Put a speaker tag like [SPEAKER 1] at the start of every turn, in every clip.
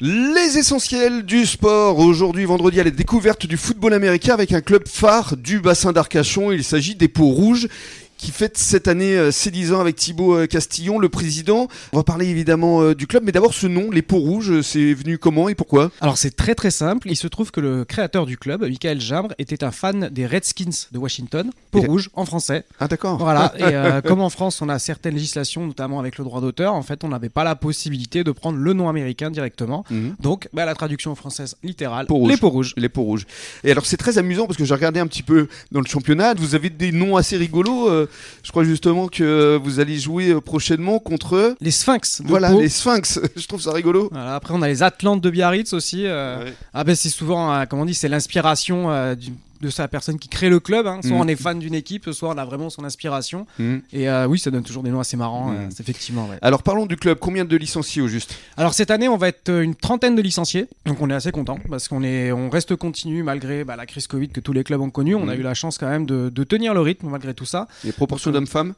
[SPEAKER 1] Les essentiels du sport. Aujourd'hui, vendredi, à la découverte du football américain avec un club phare du bassin d'Arcachon. Il s'agit des Peaux Rouges qui fête cette année euh, ses 10 ans avec Thibaut euh, Castillon, le président. On va parler évidemment euh, du club, mais d'abord ce nom, les Peaux Rouges, euh, c'est venu comment et pourquoi
[SPEAKER 2] Alors c'est très très simple, il se trouve que le créateur du club, Michael Jambre, était un fan des Redskins de Washington, peau
[SPEAKER 1] Et-
[SPEAKER 2] rouge en français.
[SPEAKER 1] Ah d'accord.
[SPEAKER 2] Voilà, et euh, comme en France on a certaines législations, notamment avec le droit d'auteur, en fait on n'avait pas la possibilité de prendre le nom américain directement.
[SPEAKER 1] Mhm.
[SPEAKER 2] Donc bah, la traduction française littérale,
[SPEAKER 1] Peau rouge.
[SPEAKER 2] les peaux rouges.
[SPEAKER 1] Les peaux rouges. Et alors c'est très amusant parce que j'ai regardé un petit peu dans le championnat. Vous avez des noms assez rigolos. euh, je crois justement que euh, vous allez jouer euh, prochainement contre eux.
[SPEAKER 2] Les sphinx de
[SPEAKER 1] Voilà,
[SPEAKER 2] Pau.
[SPEAKER 1] les Sphinx. je trouve ça rigolo.
[SPEAKER 2] Voilà, après on a les Atlantes de Biarritz aussi. euh,
[SPEAKER 1] Ouais.
[SPEAKER 2] Ah ben c'est souvent, euh, comment on dit, c'est l'inspiration euh, du- de sa personne qui crée le club. hein. Soit
[SPEAKER 1] Mhm.
[SPEAKER 2] on est fan d'une équipe, soit on a vraiment son inspiration.
[SPEAKER 1] Mhm.
[SPEAKER 2] Et euh, oui, ça donne toujours des noms assez marrants,
[SPEAKER 1] Mhm.
[SPEAKER 2] euh, c'est effectivement. ouais.
[SPEAKER 1] Alors parlons du club. Combien de licenciés au juste
[SPEAKER 2] Alors cette année, on va être euh, une trentaine de licenciés, donc on est assez content parce qu'on est, on reste continu malgré bah, la crise Covid que tous les clubs ont connue. On a
[SPEAKER 1] Mhm.
[SPEAKER 2] eu la chance quand même de, de tenir le rythme malgré tout ça.
[SPEAKER 1] Les proportions
[SPEAKER 2] Parce que-
[SPEAKER 1] d'hommes-femmes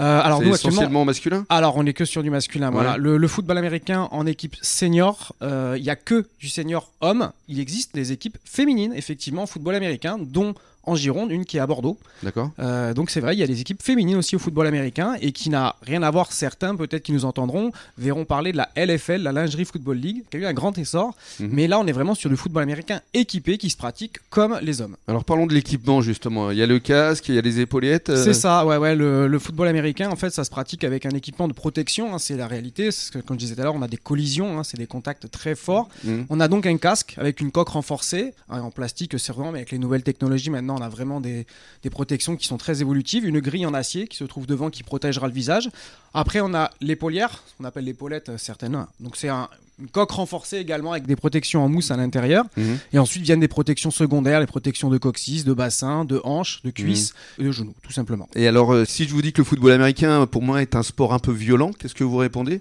[SPEAKER 2] Euh, alors
[SPEAKER 1] C'est
[SPEAKER 2] nous actuellement,
[SPEAKER 1] essentiellement masculin
[SPEAKER 2] alors on est que sur du masculin. Voilà,
[SPEAKER 1] Ouais.
[SPEAKER 2] le, le football américain en équipe senior, euh, il y a que du senior homme. Il existe des équipes féminines effectivement en football américain, dont en Gironde, une qui est à Bordeaux.
[SPEAKER 1] D'accord.
[SPEAKER 2] Euh, donc c'est vrai, il y a des équipes féminines aussi au football américain et qui n'a rien à voir. Certains peut-être qui nous entendront verront parler de la LFL, la Lingerie Football League, qui a eu un grand essor.
[SPEAKER 1] Mhm.
[SPEAKER 2] Mais là, on est vraiment sur du football américain équipé qui se pratique comme les hommes.
[SPEAKER 1] Alors parlons de l'équipement justement. Il y a le casque, il y a les épaulettes. euh,
[SPEAKER 2] C'est ça, ouais, ouais. Le, le football américain, en fait, ça se pratique avec un équipement de protection. hein, c'est la réalité. C'est ce que, comme je disais tout à l'heure, on a des collisions, hein, c'est des contacts très forts.
[SPEAKER 1] Mhm.
[SPEAKER 2] On a donc un casque avec une coque renforcée hein, en plastique, c'est vraiment, mais avec les nouvelles technologies maintenant, on a vraiment des, des protections qui sont très évolutives. Une grille en acier qui se trouve devant qui protégera le visage. Après, on a l'épaulière, ce qu'on appelle l'épaulette, euh, certaines. hein. Donc, c'est un- une coque renforcée également avec des protections en mousse à l'intérieur.
[SPEAKER 1] Mhm.
[SPEAKER 2] Et ensuite viennent des protections secondaires, les protections de coccyx, de bassin, de hanche, de cuisse
[SPEAKER 1] Mhm.
[SPEAKER 2] et de genou, tout simplement.
[SPEAKER 1] Et alors, euh, si je vous dis que le football américain, pour moi, est un sport un peu violent, qu'est-ce que vous répondez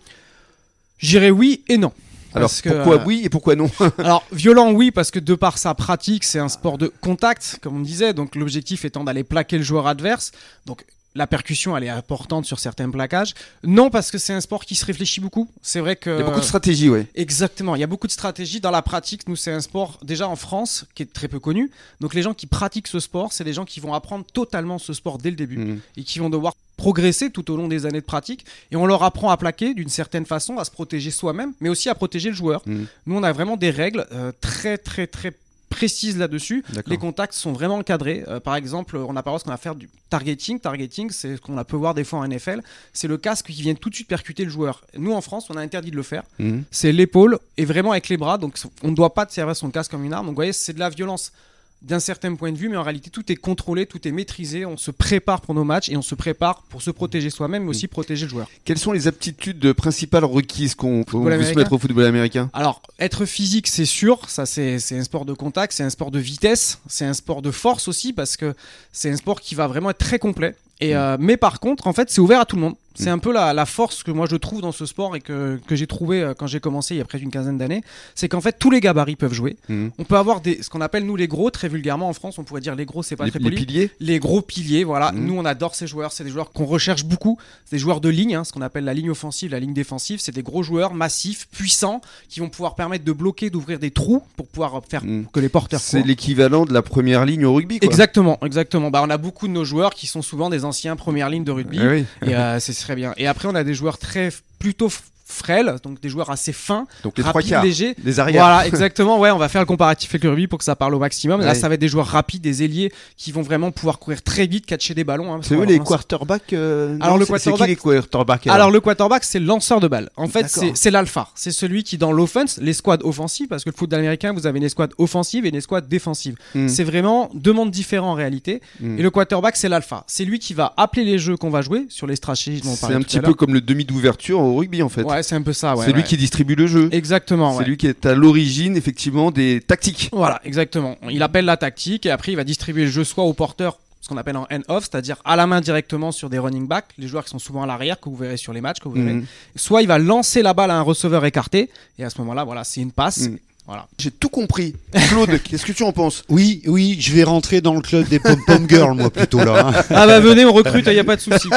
[SPEAKER 2] J'irai oui et non.
[SPEAKER 1] Alors,
[SPEAKER 2] Parce que,
[SPEAKER 1] pourquoi
[SPEAKER 2] euh,
[SPEAKER 1] oui et pourquoi non
[SPEAKER 2] Alors, violent, oui, parce que de par sa pratique, c'est un sport de contact, comme on disait. Donc, l'objectif étant d'aller plaquer le joueur adverse. Donc, la percussion, elle est importante sur certains plaquages. Non, parce que c'est un sport qui se réfléchit beaucoup. C'est vrai que.
[SPEAKER 1] Il y a beaucoup de stratégies, ouais.
[SPEAKER 2] Exactement, il y a beaucoup de stratégies dans la pratique. Nous, c'est un sport déjà en France qui est très peu connu. Donc, les gens qui pratiquent ce sport, c'est les gens qui vont apprendre totalement ce sport dès le début
[SPEAKER 1] Mhm.
[SPEAKER 2] et qui vont devoir progresser tout au long des années de pratique. Et on leur apprend à plaquer d'une certaine façon, à se protéger soi-même, mais aussi à protéger le joueur.
[SPEAKER 1] Mhm.
[SPEAKER 2] Nous, on a vraiment des règles euh, très, très, très précises là-dessus.
[SPEAKER 1] D'accord.
[SPEAKER 2] Les contacts sont vraiment encadrés. Euh, par exemple, on a pas le droit de ce qu'on va faire du targeting. Targeting, c'est ce qu'on a peut voir des fois en NFL. C'est le casque qui vient tout de suite percuter le joueur. Nous, en France, on a interdit de le faire
[SPEAKER 1] Mhm.
[SPEAKER 2] c'est l'épaule et vraiment avec les bras. Donc on ne doit pas te servir son casque comme une arme. Donc vous voyez, c'est de la violence d'un certain point de vue, mais en réalité, tout est contrôlé, tout est maîtrisé. On se prépare pour nos matchs et on se prépare pour se protéger soi-même, mais aussi protéger le joueur.
[SPEAKER 1] Quelles sont les aptitudes euh, principales requises qu'on qu'on veut se
[SPEAKER 2] Football américain
[SPEAKER 1] mettre au football américain
[SPEAKER 2] Alors, être physique, c'est sûr. Ça, c'est c'est un sport de contact, c'est un sport de vitesse, c'est un sport de force aussi, parce que c'est un sport qui va vraiment être très complet. Et, euh, mais par contre, en fait, c'est ouvert à tout le monde. C'est un peu la, la force que moi je trouve dans ce sport et que, que j'ai trouvé euh, quand j'ai commencé il y a près d'une quinzaine d'années. C'est qu'en fait, tous les gabarits peuvent jouer.
[SPEAKER 1] Mhm.
[SPEAKER 2] On peut avoir des, ce qu'on appelle nous les gros, très vulgairement en France, on pourrait dire les gros, c'est pas
[SPEAKER 1] les,
[SPEAKER 2] très
[SPEAKER 1] les
[SPEAKER 2] poli.
[SPEAKER 1] piliers
[SPEAKER 2] Les gros piliers, voilà.
[SPEAKER 1] Mhm.
[SPEAKER 2] Nous, on adore ces joueurs. C'est des joueurs qu'on recherche beaucoup. C'est des joueurs de ligne, hein, ce qu'on appelle la ligne offensive, la ligne défensive. C'est des gros joueurs massifs, puissants, qui vont pouvoir permettre de bloquer, d'ouvrir des trous pour pouvoir faire
[SPEAKER 1] Mhm.
[SPEAKER 2] que les porteurs.
[SPEAKER 1] C'est
[SPEAKER 2] courent.
[SPEAKER 1] l'équivalent de la première ligne au rugby, quoi.
[SPEAKER 2] Exactement, exactement. Bah, on a beaucoup de nos joueurs qui sont souvent des anciens premières lignes de rugby.
[SPEAKER 1] Ah oui.
[SPEAKER 2] Et euh, c'est très bien. Et après, on a des joueurs très plutôt f- frêles, donc des joueurs assez fins,
[SPEAKER 1] Donc les trois
[SPEAKER 2] rapides,
[SPEAKER 1] quarts,
[SPEAKER 2] légers.
[SPEAKER 1] les arrières.
[SPEAKER 2] Voilà, exactement. Ouais, on va faire le comparatif avec le rugby pour que ça parle au maximum.
[SPEAKER 1] Ouais.
[SPEAKER 2] Là, ça va être des joueurs rapides, des ailiers qui vont vraiment pouvoir courir très vite, catcher des ballons. hein, parce
[SPEAKER 1] C'est
[SPEAKER 2] qu'on
[SPEAKER 1] eux
[SPEAKER 2] va
[SPEAKER 1] les
[SPEAKER 2] vraiment-
[SPEAKER 1] quarterbacks euh,
[SPEAKER 2] Alors,
[SPEAKER 1] non,
[SPEAKER 2] le
[SPEAKER 1] c'est- c'est qui
[SPEAKER 2] quarterback-
[SPEAKER 1] les quarterbacks
[SPEAKER 2] Alors, le quarterback, c'est le lanceur de balle. En fait,
[SPEAKER 1] D'accord.
[SPEAKER 2] c'est c'est l'alpha. C'est celui qui, dans l'offense, les squads offensives, parce que le foot américain, vous avez une escouade offensive et une escouade défensive.
[SPEAKER 1] Mhm.
[SPEAKER 2] C'est vraiment deux mondes différents en réalité.
[SPEAKER 1] Mhm.
[SPEAKER 2] Et le quarterback, c'est l'alpha. C'est lui qui va appeler les jeux qu'on va jouer sur les stratégies dont on
[SPEAKER 1] c'est
[SPEAKER 2] parlait
[SPEAKER 1] un
[SPEAKER 2] tout
[SPEAKER 1] petit
[SPEAKER 2] à
[SPEAKER 1] peu
[SPEAKER 2] l'heure.
[SPEAKER 1] comme le demi d'ouverture au rugby, en fait.
[SPEAKER 2] Ouais, c'est un peu ça. ouais,
[SPEAKER 1] c'est lui
[SPEAKER 2] ouais.
[SPEAKER 1] qui distribue le jeu.
[SPEAKER 2] Exactement.
[SPEAKER 1] C'est
[SPEAKER 2] ouais.
[SPEAKER 1] lui qui est à l'origine, effectivement, des tactiques.
[SPEAKER 2] Voilà, exactement. Il appelle la tactique et après il va distribuer le jeu soit au porteur, ce qu'on appelle en hand-off, c'est-à-dire à la main directement sur des running backs, les joueurs qui sont souvent à l'arrière, que vous verrez sur les matchs, que vous verrez.
[SPEAKER 1] Mhm.
[SPEAKER 2] Soit il va lancer la balle à un receveur écarté et à ce moment-là, voilà, c'est une passe.
[SPEAKER 1] Mhm.
[SPEAKER 2] Voilà.
[SPEAKER 1] J'ai tout compris. Claude, qu'est-ce que tu en penses
[SPEAKER 3] Oui, oui, je vais rentrer dans le club des pom-pom girls, moi, plutôt, là. hein.
[SPEAKER 2] Ah bah venez, on recrute, il n'y a pas de souci.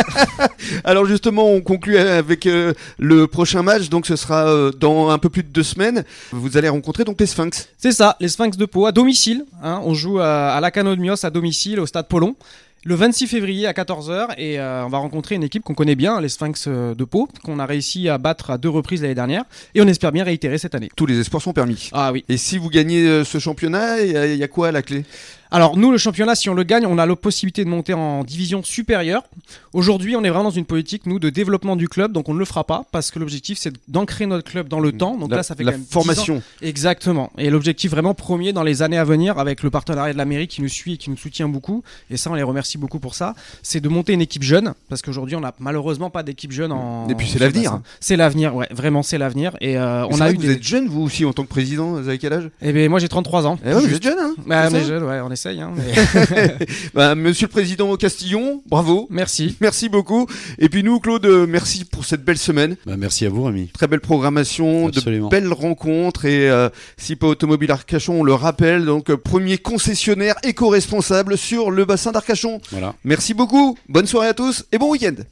[SPEAKER 1] Alors justement, on conclut avec euh, le prochain match, donc ce sera euh, dans un peu plus de deux semaines. Vous allez rencontrer donc les Sphinx.
[SPEAKER 2] C'est ça, les Sphinx de Pau à domicile. hein. on joue à, à la Cano de Mios à domicile au stade Polon. Le 26 février à 14h et euh, on va rencontrer une équipe qu'on connaît bien, les Sphinx euh, de Pau, qu'on a réussi à battre à deux reprises l'année dernière et on espère bien réitérer cette année.
[SPEAKER 1] Tous les espoirs sont permis.
[SPEAKER 2] Ah oui.
[SPEAKER 1] Et si vous gagnez euh, ce championnat, il y, a- il y a quoi à la clé
[SPEAKER 2] Alors nous, le championnat, si on le gagne, on a la possibilité de monter en division supérieure. Aujourd'hui, on est vraiment dans une politique, nous, de développement du club, donc on ne le fera pas parce que l'objectif, c'est d'ancrer notre club dans le temps. Donc
[SPEAKER 1] Mm. la,
[SPEAKER 2] là, ça fait
[SPEAKER 1] la
[SPEAKER 2] quand même 10 ans.
[SPEAKER 1] formation.
[SPEAKER 2] Exactement. Et l'objectif vraiment premier dans les années à venir, avec le partenariat de la mairie qui nous suit et qui nous soutient beaucoup, et ça on les remercie beaucoup pour ça, c'est de monter une équipe jeune, parce qu'aujourd'hui on n'a malheureusement pas d'équipe jeune en.
[SPEAKER 1] Et puis, c'est l'avenir.
[SPEAKER 2] sur bassin. C'est l'avenir, ouais, vraiment c'est l'avenir. Et euh,
[SPEAKER 1] Mais
[SPEAKER 2] on
[SPEAKER 1] c'est
[SPEAKER 2] a
[SPEAKER 1] vrai
[SPEAKER 2] eu.
[SPEAKER 1] que vous
[SPEAKER 2] des-
[SPEAKER 1] êtes jeune, vous aussi, en tant que président. Vous avez quel âge
[SPEAKER 2] Eh ben moi j'ai 33 ans.
[SPEAKER 1] Eh ouais, Vous êtes jeune, hein
[SPEAKER 2] Bah,
[SPEAKER 1] C'est
[SPEAKER 2] on est
[SPEAKER 1] ça
[SPEAKER 2] jeune, ouais, on essaye. hein, mais-
[SPEAKER 1] Bah, Monsieur le président Castillon, bravo.
[SPEAKER 2] Merci.
[SPEAKER 1] Merci beaucoup. Et puis nous, Claude, euh, merci pour cette belle semaine.
[SPEAKER 3] Bah, merci à vous, Rémi.
[SPEAKER 1] Très belle programmation,
[SPEAKER 3] Absolument.
[SPEAKER 1] de belles rencontres. Et euh, si pas Automobile Arcachon, on le rappelle, donc euh, premier concessionnaire éco-responsable sur le bassin d'Arcachon.
[SPEAKER 3] Voilà.
[SPEAKER 1] Merci beaucoup. Bonne soirée à tous et bon week-end.